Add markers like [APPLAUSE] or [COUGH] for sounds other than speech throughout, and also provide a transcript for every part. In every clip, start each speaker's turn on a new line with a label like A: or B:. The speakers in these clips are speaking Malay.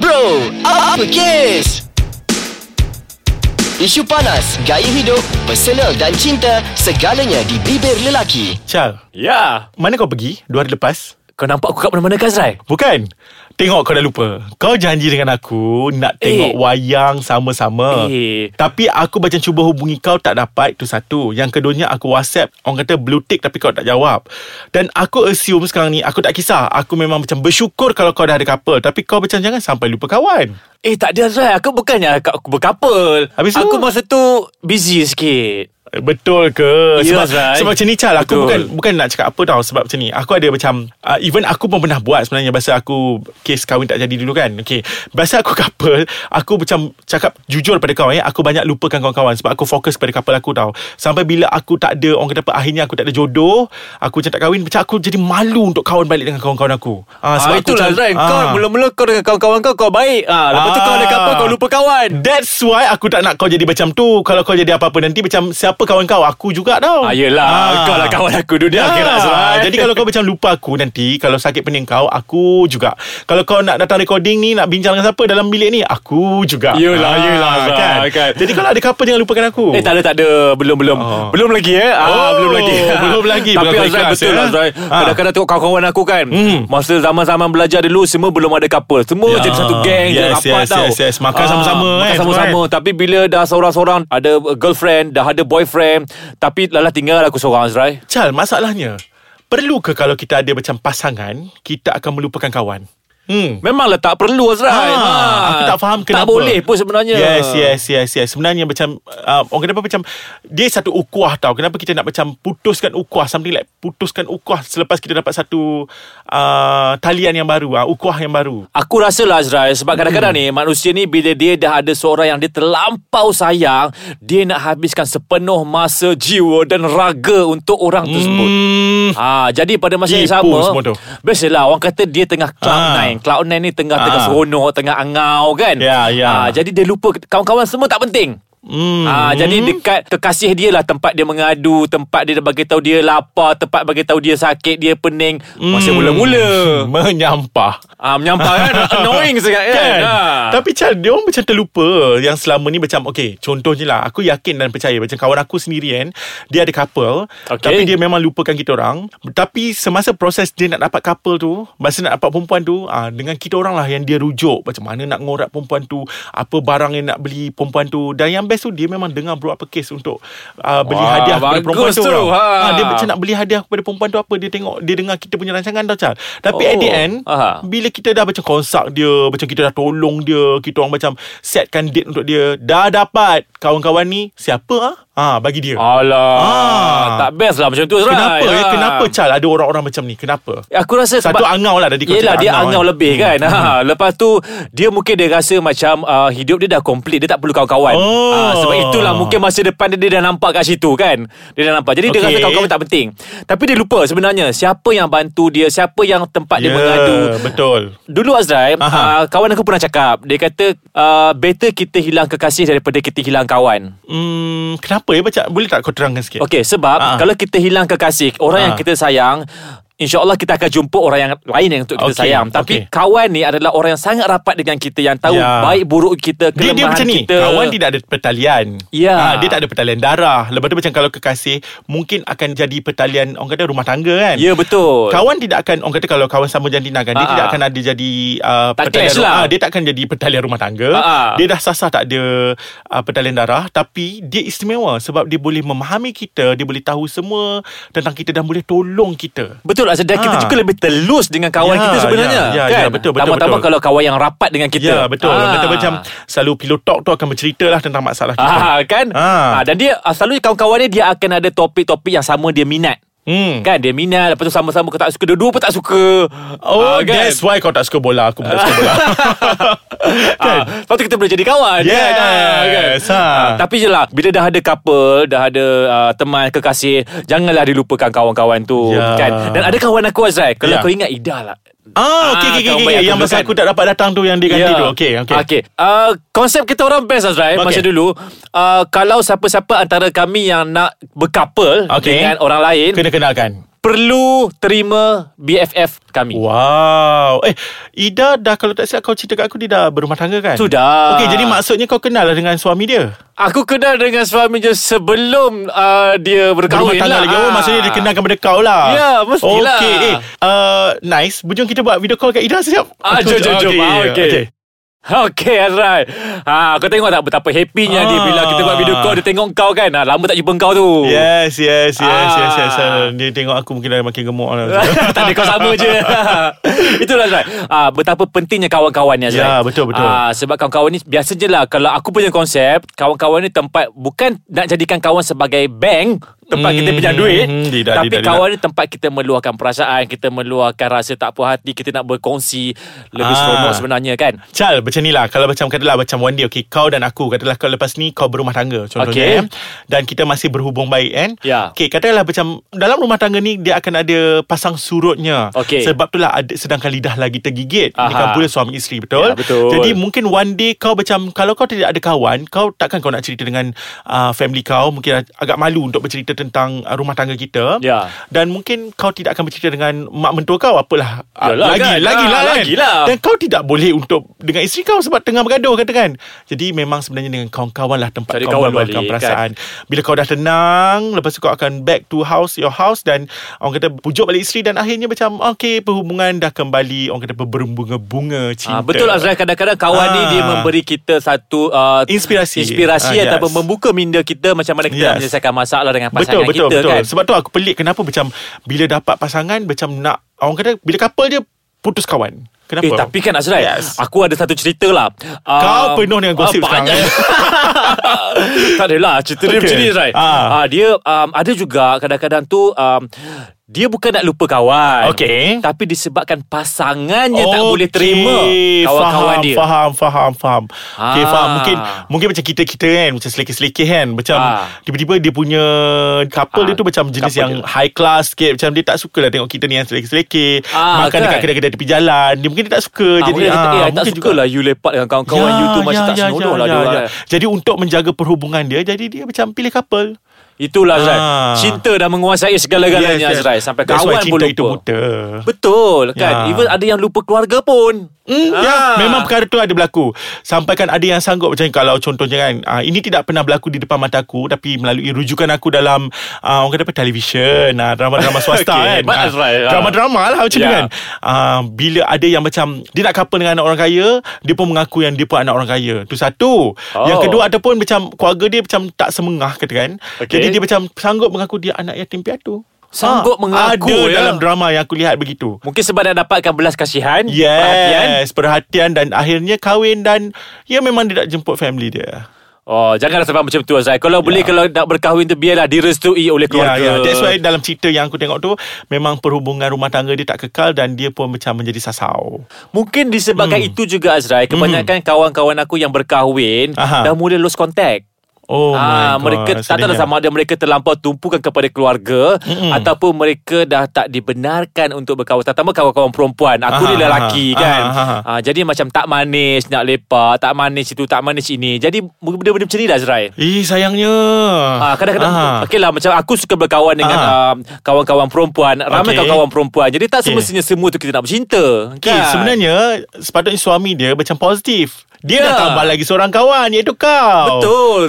A: Bro, apa kes? Isu panas, gaya hidup, personal dan cinta Segalanya di bibir lelaki
B: Syal,
C: Ya
B: mana kau pergi dua hari lepas?
C: Kau nampak aku kat mana-mana kan Zrai?
B: Bukan Tengok kau dah lupa Kau janji dengan aku Nak tengok
C: Eh.
B: wayang sama-sama
C: Eh.
B: Tapi aku macam cuba hubungi kau Tak dapat tu satu Yang keduanya aku whatsapp Orang kata blue tick Tapi kau tak jawab Dan aku assume sekarang ni Aku tak kisah Aku memang macam bersyukur Kalau kau dah ada couple Tapi kau macam jangan sampai lupa kawan
C: Eh tak ada Zrai Aku bukannya aku berkapal
B: Habis tu?
C: Aku masa tu busy sikit
B: Eh, Betul ke?
C: Ya,
B: sebab,
C: Zai.
B: sebab macam ni Chal Aku
C: Betul.
B: bukan bukan nak cakap apa tau Sebab macam ni Aku ada macam uh, Even aku pun pernah buat sebenarnya Bahasa aku Kes kahwin tak jadi dulu kan Okay Bahasa aku [LAUGHS] couple Aku macam Cakap jujur pada kau eh Aku banyak lupakan kawan-kawan Sebab aku fokus pada couple aku tau Sampai bila aku tak ada Orang kata apa Akhirnya aku tak ada jodoh Aku macam tak kahwin Macam aku jadi malu Untuk kawan balik dengan kawan-kawan aku Ah,
C: Ah,
B: aku
C: itulah
B: macam-
C: Zrai Kau
B: Ah.
C: mula-mula kau dengan kawan-kawan kau Kau baik ah, Lepas tu kau ada
B: Ah.
C: couple Kau lupa kawan
B: That's why aku tak nak kau jadi macam tu Kalau kau jadi apa-apa nanti Macam siapa kawan kau Aku juga tau
C: Ah, yelah
B: Ah.
C: Kau lah kawan aku
B: Ya,
C: Dunia akhirat Zrai
B: Jadi kalau kau macam lupa aku nanti Kalau sakit pening kau Aku juga Kalau kau nak datang recording ni Nak bincang dengan siapa Dalam bilik ni Aku juga Ah,
C: Yelah, yelah, Zah, kan.
B: Jadi kalau ada couple Jangan lupakan aku
C: Eh tak ada tak ada Belum belum
B: Oh.
C: Belum lagi eh ah,
B: Oh,
C: Belum lagi
B: [LAUGHS] belum lagi.
C: Tapi
B: Bukan kau
C: Azrai
B: ikhlas,
C: betul
B: ya?
C: lah Azrai
B: Ha.
C: Kadang-kadang tengok kawan-kawan aku kan
B: Hmm.
C: Masa zaman-zaman belajar dulu Semua belum ada couple Semua
B: Ya.
C: jadi satu geng
B: Yes,
C: Jadi rapat
B: yes,
C: tau
B: yes, yes. Makan
C: Ah,
B: sama-sama,
C: Makan
B: kan,
C: sama-sama
B: semua,
C: Tapi bila dah seorang-seorang Ada uh, girlfriend Dah ada boyfriend Tapi lala tinggal aku seorang Azrai
B: Chal masalahnya Perlu ke kalau kita ada macam pasangan Kita akan melupakan kawan Hmm
C: Memanglah lah tak perlu Azrai
B: Ah, Aku tak faham kenapa
C: Tak boleh pun sebenarnya
B: Yes yes yes yes Sebenarnya macam uh, Orang kenapa macam Dia satu ukuah tau Kenapa kita nak macam Putuskan ukuah Something like Putuskan ukuah Selepas kita dapat satu uh, Talian yang baru uh, Ukuah yang baru
C: Aku rasa lah Azrai Sebab kadang-kadang ni Manusia ni bila dia dah ada seorang yang dia terlampau sayang Dia nak habiskan sepenuh masa jiwa dan raga untuk orang tersebut
B: Hmm
C: Ha, jadi pada masa yang
B: Tipu
C: sama
B: semua tu.
C: Biasalah orang kata dia tengah cloud
B: Ah.
C: nine Cloud nine ni tengah
B: Ah.
C: tengah seronok Tengah angau kan
B: Ya, ya.
C: Ah, Jadi dia lupa Kawan-kawan semua tak penting
B: Hmm.
C: Ah, jadi dekat kekasih dia lah tempat dia mengadu, tempat dia bagi tahu dia lapar, tempat bagi tahu dia sakit, dia pening. Masa
B: Hmm.
C: mula-mula.
B: Menyampah
C: Ah, menyampah kan Annoying sangat kan,
B: Kan
C: Ha.
B: Tapi Chal Dia orang macam terlupa Yang selama ni macam Okay contohnya lah Aku yakin dan percaya Macam kawan aku sendiri kan Dia ada couple
C: Okay.
B: Tapi dia memang lupakan kita orang Tapi semasa proses Dia nak dapat couple tu Masa nak dapat perempuan tu ah, Dengan kita orang lah Yang dia rujuk Macam mana nak ngorak perempuan tu Apa barang yang nak beli perempuan tu Dan yang best tu Dia memang dengar berapa kes Untuk ah, beli
C: Wah,
B: hadiah kepada
C: bagus
B: perempuan tu,
C: tu,
B: orang.
C: ha.
B: Ah, Dia macam nak beli hadiah kepada perempuan tu apa Dia tengok Dia dengar kita punya rancangan tau Chal Tapi
C: Oh,
B: at the end
C: aha.
B: bila kita dah macam konsak dia Macam kita dah tolong dia Kita orang macam Setkan date untuk dia Dah dapat Kawan-kawan ni Siapa ah? Ha, bagi dia
C: Alah
B: Ah.
C: Tak best lah macam tu Azrai
B: Kenapa eh?
C: Ah.
B: Kenapa Chal Ada orang-orang macam ni Kenapa
C: Aku rasa
B: Satu
C: sebab
B: angau lah tadi kau
C: Yelah
B: cakap
C: dia angau
B: kan.
C: lebih kan ha, Lepas tu Dia mungkin dia rasa macam uh, Hidup dia dah complete Dia tak perlu kawan-kawan
B: Oh.
C: Ah, Sebab itulah mungkin masa depan dia, dia dah nampak kat situ kan Dia dah nampak Jadi dia
B: Okay.
C: rasa kawan-kawan tak penting Tapi dia lupa sebenarnya Siapa yang bantu dia Siapa yang tempat
B: Ya,
C: dia mengadu
B: Betul
C: Dulu Azrai
B: Aha.
C: uh, Kawan aku pernah cakap Dia kata uh, Better kita hilang kekasih Daripada kita hilang kawan
B: hmm, Kenapa ya macam Boleh tak kau terangkan sikit
C: Okey, sebab
B: Ah.
C: kalau kita hilang kekasih, orang
B: Ah.
C: yang kita sayang, insyaallah kita akan jumpa orang yang lain yang untuk kita
B: Okey,
C: sayang. Tapi
B: okey.
C: kawan ni adalah orang yang sangat rapat dengan kita yang tahu
B: Ya.
C: baik buruk kita,
B: Dia,
C: kelemahan
B: dia macam ni
C: kita.
B: Kawan tidak ada pertalian
C: Ya.
B: Ah, Dia tak ada pertalian darah Lepas tu macam kalau kekasih Mungkin akan jadi pertalian Orang kata rumah tangga kan
C: Ya, betul.
B: Kawan tidak akan Orang kata kalau kawan sama jantina kan Dia
C: Ah,
B: tidak
C: ah.
B: akan ada jadi uh,
C: Tak clash
B: ru-
C: lah.
B: ah, Dia tak akan jadi pertalian rumah tangga
C: Ah, ah.
B: Dia dah sasar tak ada uh, Pertalian darah Tapi dia istimewa Sebab dia boleh memahami kita Dia boleh tahu semua Tentang kita Dan boleh tolong kita
C: Betul lah Dan kita
B: Ah.
C: juga lebih telus Dengan kawan
B: Ya,
C: kita sebenarnya
B: ya, ya,
C: kan?
B: ya, betul, betul,
C: Tambah-tambah
B: betul.
C: kalau kawan yang rapat dengan kita Ah.
B: Ya betul Orang kata macam Selalu pillow talk tu Akan bercerita lah Tentang masalah kita
C: ah, Kan
B: Ah.
C: ah. Dan dia ah, Selalu kawan-kawan dia Dia akan ada topik-topik Yang sama dia minat
B: Hmm.
C: Kan dia minat Lepas tu sama-sama Kau tak suka Dua-dua pun tak suka Ah,
B: Oh that's why kau tak suka bola Aku pun tak suka [LAUGHS]
C: [LAUGHS]
B: bola
C: kan? lah. Lepas tu kita boleh jadi kawan
B: Yes,
C: kan? Ah,
B: ha.
C: Ah, Tapi je lah Bila dah ada couple Dah ada uh, teman kekasih Janganlah dilupakan kawan-kawan tu
B: Ya.
C: kan? Dan ada kawan aku Azrai Kalau
B: Ya.
C: kau ingat Ida lah
B: Ah, okay,
C: Ah,
B: okay, okay,
C: kau
B: okay,
C: baik
B: Yang
C: aku
B: masa
C: lupakan.
B: aku tak dapat datang tu Yang dia ganti
C: Ya.
B: tu Okay, okay,
C: okay. Uh, Konsep kita orang best Azrai
B: Okay.
C: okay. Masa dulu Ah, uh, Kalau siapa-siapa antara kami Yang nak berkapel
B: Okay.
C: Dengan orang lain
B: Kena kenalkan
C: perlu terima BFF kami.
B: Wow. Eh, Ida dah kalau tak silap kau cerita kat aku dia dah berumah tangga kan?
C: Sudah.
B: Okey, jadi maksudnya kau kenal lah dengan suami dia.
C: Aku kenal dengan suami dia sebelum uh, dia
B: Berumah
C: berkahwin
B: tangga
C: lah.
B: lagi. Oh,
C: Ah.
B: maksudnya dia kenal kepada kau lah.
C: Ya, mestilah.
B: Okey, eh. Uh, nice. Jom kita buat video call kat Ida siap.
C: Ah, jom, jom, jom.
B: Okey,
C: Ah, okey.
B: okey.
C: Okay alright ha, Kau tengok tak betapa happynya
B: Ah. Ya,
C: dia Bila kita buat video call Dia tengok kau kan ha, Lama tak jumpa kau tu
B: Yes, yes, yes,
C: Ah.
B: yes, yes. Ah, Dia tengok aku mungkin dah makin gemuk lah.
C: [LAUGHS] tak ada kau sama je [LAUGHS] Itulah Azrai ah, Betapa pentingnya kawan-kawan ni Azrai
B: Ya, betul, betul.
C: ah, Sebab kawan-kawan ni Biasa je lah Kalau aku punya konsep Kawan-kawan ni tempat Bukan nak jadikan kawan sebagai bank Tempat kita pinjam
B: Hmm,
C: duit
B: tidak,
C: Tapi
B: tidak,
C: kawan ni tempat kita meluahkan perasaan Kita meluahkan rasa tak puas hati Kita nak berkongsi Lebih
B: Ah.
C: seronok sebenarnya kan
B: Cal macam ni lah Kalau macam katalah Macam one day okay, Kau dan aku Katalah kalau lepas ni Kau berumah tangga Contohnya
C: Okay.
B: eh, Dan kita masih berhubung baik kan
C: Ya.
B: okay, Katalah macam Dalam rumah tangga ni Dia akan ada Pasang surutnya
C: Okay.
B: Sebab tu lah ada, Sedangkan lidah lagi tergigit Ini
C: Aha.
B: kan pula suami isteri betul?
C: Ya, betul.
B: Jadi mungkin one day Kau macam Kalau kau tidak ada kawan Kau takkan kau nak cerita dengan uh, Family kau Mungkin agak malu Untuk bercerita tentang uh, Rumah tangga kita
C: Ya.
B: Dan mungkin Kau tidak akan bercerita dengan Mak mentua kau Apalah Ah,
C: Yalah
B: lagi,
C: kan.
B: lagi
C: Ah,
B: lah kan.
C: lagilah.
B: Dan kau tidak boleh untuk dengan isteri kau sebab tengah bergaduh katakan. Jadi memang sebenarnya dengan kawan-kawan lah tempat
C: Cari
B: Cari kau
C: kawan
B: meluahkan
C: balik,
B: perasaan. Kan? Bila kau dah tenang, lepas tu kau akan back to house, your house dan orang kata pujuk balik isteri dan akhirnya macam okay perhubungan dah kembali orang kata berbunga-bunga cinta.
C: Ah, betul Azrai kadang-kadang kawan ni
B: Ah.
C: dia memberi kita satu uh,
B: Inspirasi. Ah,
C: inspirasi
B: yes.
C: ataupun membuka minda kita macam mana kita yes.
B: Yes.
C: menyelesaikan masalah dengan
B: Betul
C: pasangan
B: betul
C: kita
B: betul.
C: kan.
B: Sebab tu aku pelik kenapa macam bila dapat pasangan macam nak orang kata bila couple je putus kawan. Kenapa?
C: Eh tapi kan Azrai
B: Yes.
C: Aku ada satu cerita lah
B: Kau penuh dengan gosip
C: banyak.
B: sekarang. eh?
C: [LAUGHS] Tak adalah Cerita dia
B: Okay.
C: macam ni Azrai
B: Ah.
C: ah. Dia um, ada juga Kadang-kadang tu um, dia bukan nak lupa kawan
B: Okay.
C: Tapi disebabkan pasangannya Tak boleh terima Kawan-kawan
B: faham,
C: dia
B: Faham Faham Faham Okay
C: Ah.
B: faham Mungkin Mungkin macam kita-kita kan Macam selekeh-selekeh kan Macam
C: Ah.
B: Tiba-tiba dia punya Couple
C: Ah,
B: dia tu macam Jenis
C: couple
B: yang
C: dia.
B: high class sikit Macam dia tak suka lah Tengok kita ni yang selekeh-selekeh
C: Ah,
B: Makan
C: kan?
B: dekat kedai-kedai tepi jalan Dia mungkin dia tak suka
C: Ah,
B: Jadi
C: mungkin dia kata,
B: ah,
C: eh, I tak
B: mungkin
C: suka lah You lepak dengan kawan-kawan
B: Ya,
C: You tu macam
B: ya,
C: tak
B: ya,
C: senonoh
B: ya, ya,
C: lah dia orang.
B: ya. Jadi untuk menjaga perhubungan dia Jadi dia macam pilih couple
C: Itulah Azrai
B: Ah.
C: Cinta dah menguasai segala-galanya yes, Azrai Sampai
B: That's
C: kawan
B: why
C: pun
B: cinta
C: lupa
B: itu buta
C: Betul
B: Ya.
C: kan Even ada yang lupa keluarga pun
B: Hmm,
C: Ah.
B: ah. Ya Memang perkara tu ada berlaku Sampaikan ada yang sanggup Macam kalau contohnya kan uh, Ini tidak pernah berlaku di depan mata aku Tapi melalui rujukan aku dalam uh, Orang kata apa Television uh, Drama-drama swasta
C: [LAUGHS] Okay,
B: okay, kan
C: but that's right, ah.
B: Ah, Drama-drama lah macam
C: Ya.
B: tu kan uh, Bila ada yang macam Dia nak couple dengan anak orang kaya Dia pun mengaku yang dia pun anak orang kaya Itu satu
C: Oh.
B: oh. Yang kedua ataupun macam Keluarga dia macam tak semengah katakan
C: Okay.
B: okay. Jadi dia macam sanggup mengaku dia anak yatim piatu
C: Sanggup
B: Ah,
C: mengaku,
B: Ada
C: ya.
B: dalam drama yang aku lihat begitu
C: Mungkin sebab nak dapatkan belas kasihan Perhatian
B: Yes, perhatian. perhatian dan akhirnya kahwin dan ya memang dia tak jemput family dia.
C: Oh janganlah sampai macam tu Azrai Kalau boleh kalau nak berkahwin tu Biarlah direstui
B: Ya,
C: oleh keluarga
B: ya. That's why dalam cerita yang aku tengok tu memang perhubungan rumah tangga dia tak kekal dan dia pun macam menjadi sasau.
C: Mungkin
B: Hmm.
C: disebabkan itu juga Azrai Kebanyakan kawan-kawan aku yang berkahwin
B: Aha.
C: Dah mula lost contact
B: Oh
C: ah,
B: my god.
C: mereka tak
B: sedihnya.
C: tahu sama ada mereka terlampau tumpukan kepada keluarga mm ataupun mereka dah tak dibenarkan untuk berkawan terutama kawan-kawan perempuan aku
B: Aha,
C: ni lelaki
B: aha,
C: kan
B: aha, aha.
C: Ah, jadi macam tak manis nak lepak tak manis itu tak manis ini jadi benda-benda macam ni lah Azrai
B: Eh sayangnya.
C: Ah, kadang-kadang
B: Ah.
C: okey lah macam aku suka berkawan dengan
B: Ah.
C: um, kawan-kawan perempuan ramai
B: Okey.
C: kawan-kawan perempuan jadi tak semestinya semua tu kita nak bercinta
B: Okay,
C: kan?
B: sebenarnya sepatutnya suami dia macam positif. Dia dah
C: Ya.
B: tambah lagi seorang kawan iaitu kau.
C: Betul,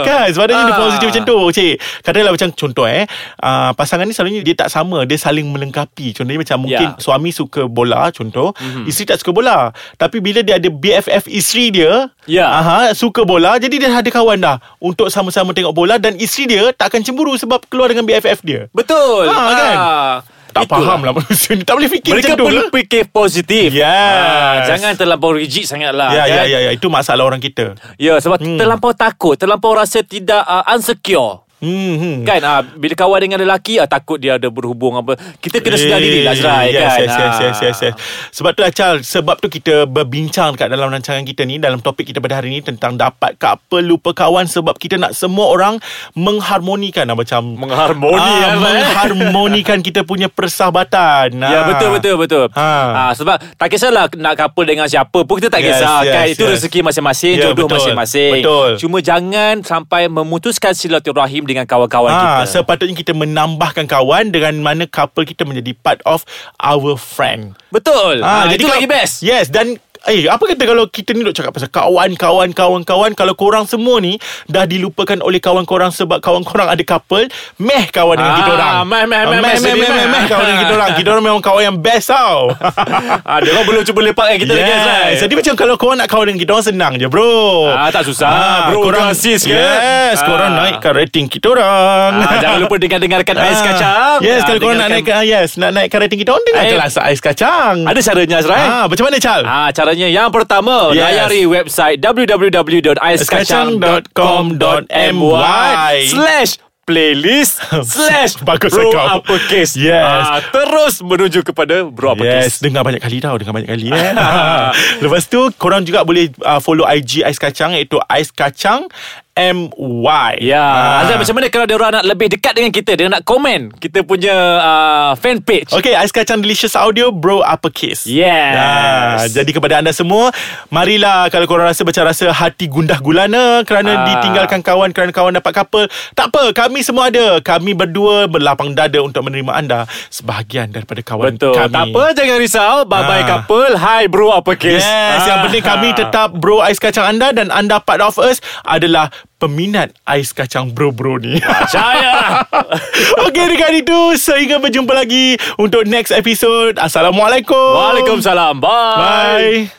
B: Ha, kan, sepatutnya dia
C: Ah.
B: positif macam tu. Cik, katalah macam contoh eh, uh, pasangan ni selalunya dia tak sama, dia saling melengkapi. Contohnya macam mungkin
C: Ya. Mhm.
B: suami suka bola contoh, mm-hmm. isteri tak suka bola. Tapi bila dia ada BFF isteri dia,
C: Ya.
B: aha, suka bola, jadi dia ada kawan dah untuk sama-sama tengok bola dan isteri dia tak akan cemburu sebab keluar dengan BFF dia.
C: betul
B: Ah, kan?
C: Ah.
B: Tak
C: Itulah.
B: faham lah manusia ni Tak boleh fikir
C: mereka
B: macam tu
C: perlu
B: lah.
C: fikir positif
B: Yes.
C: Ah, jangan terlampau rigid sangatlah
B: Ya, ya,
C: kan?
B: ya, ya. Itu masalah orang kita.
C: Ya sebab hmm. terlampau takut, terlampau rasa tidak uh, unsecure.
B: Hmm, hmm.
C: Kan ah bila kawan dengan lelaki ah takut dia ada berhubung apa. Kita kena sedar
B: Eh,
C: diri lah
B: yes,
C: Azrai kan.
B: Yes, yes,
C: Ah.
B: yes, yes, yes. Sebab tu lah Charles, sebab tu kita berbincang dekat dalam rancangan kita ni, dalam topik kita pada hari ni tentang dapat couple lupa kawan sebab kita nak semua orang mengharmonikan lah macam
C: Mengharmoni, kan?
B: ah,
C: Azrai.
B: mengharmonikan kita punya persahabatan.
C: Ya
B: Ah.
C: betul betul betul.
B: Ha.
C: Ha. sebab tak kisahlah nak couple dengan siapa pun kita tak
B: Yes,
C: kisah
B: yes,
C: kan itu
B: yes.
C: rezeki masing-masing
B: Ya,
C: jodoh
B: betul.
C: masing-masing.
B: Betul.
C: Cuma jangan sampai memutuskan silaturahim dengan kawan-kawan
B: Ah,
C: kita.
B: sepatutnya kita menambahkan kawan dengan mana couple kita menjadi part of our friend.
C: Betul. Ah, itu
B: kalau- Ya.
C: lagi best.
B: Yes dan Eh apa kata kalau kita ni duk cakap pasal kawan Kawan kawan kawan Kalau korang semua ni Dah dilupakan oleh kawan korang Sebab kawan korang ada couple Meh kawan dengan
C: Ah,
B: kita orang
C: meh, meh,
B: Ah, meh
C: meh, meh,
B: meh
C: sedih,
B: meh meh meh
C: meh.
B: Kawan dengan kita orang Kita orang memang kawan yang best tau
C: [LAUGHS] Ah, dia orang belum cuba lepak dengan [LAUGHS] kita lagi Azrai.
B: Jadi macam kalau korang nak kawan dengan kita orang Senang je bro
C: Ah, tak susah. Bro, korang assist kan?
B: Yes
C: Ah.
B: Korang naikkan rating kita orang
C: Ah, jangan lupa dengar-dengarkan ais
B: [LAUGHS] Ah.
C: kacang.
B: Yes
C: Ah,
B: kalau korang nak
C: dengarkan-
B: naikkan ah, Yes nak naikkan rating kita orang Dengarkanlah asal ais kacang
C: Ada caranya Azrai.
B: Ah, macam mana Chal?
C: Ah, caranya yang pertama,
B: Yes.
C: layari website www.aiskacang.com.my slash
B: [LAUGHS]
C: playlist slash
B: Bagus
C: bro
B: kau.
C: uppercase.
B: Yes.
C: Ah, terus menuju kepada
B: Yes,
C: bro uppercase.
B: dengar banyak kali tau Dengar banyak
C: [LAUGHS]
B: kali [LAUGHS] eh. Lepas tu Korang juga boleh uh, Follow IG Ais Kacang Iaitu Ais Kacang Ah. MY
C: Ya, Azrai macam mana kalau dia orang nak lebih dekat dengan kita, dia nak komen kita punya ah, fan page.
B: Okay, Ais Kacang Delicious Audio Bro Uppercase
C: Yes.
B: Ah, Jadi kepada anda semua Marilah Kalau korang rasa macam rasa Hati gundah gulana Kerana
C: Ah.
B: ditinggalkan kawan Kerana kawan dapat couple Tak apa Kami semua ada Kami berdua Berlapang dada Untuk menerima anda Sebahagian daripada kawan
C: Betul.
B: kami
C: Tak apa, jangan risau. Bye-bye
B: Ah.
C: couple. Hi bro uppercase.
B: Yes, yang
C: Ah.
B: penting kami tetap bro ais kacang anda dan anda part of us adalah peminat ais kacang bro-bro ni. [LAUGHS]
C: Percaya.
B: Okey, dekat itu sehingga berjumpa lagi untuk next episode. Assalamualaikum.
C: Waalaikumsalam. Bye.
B: Bye.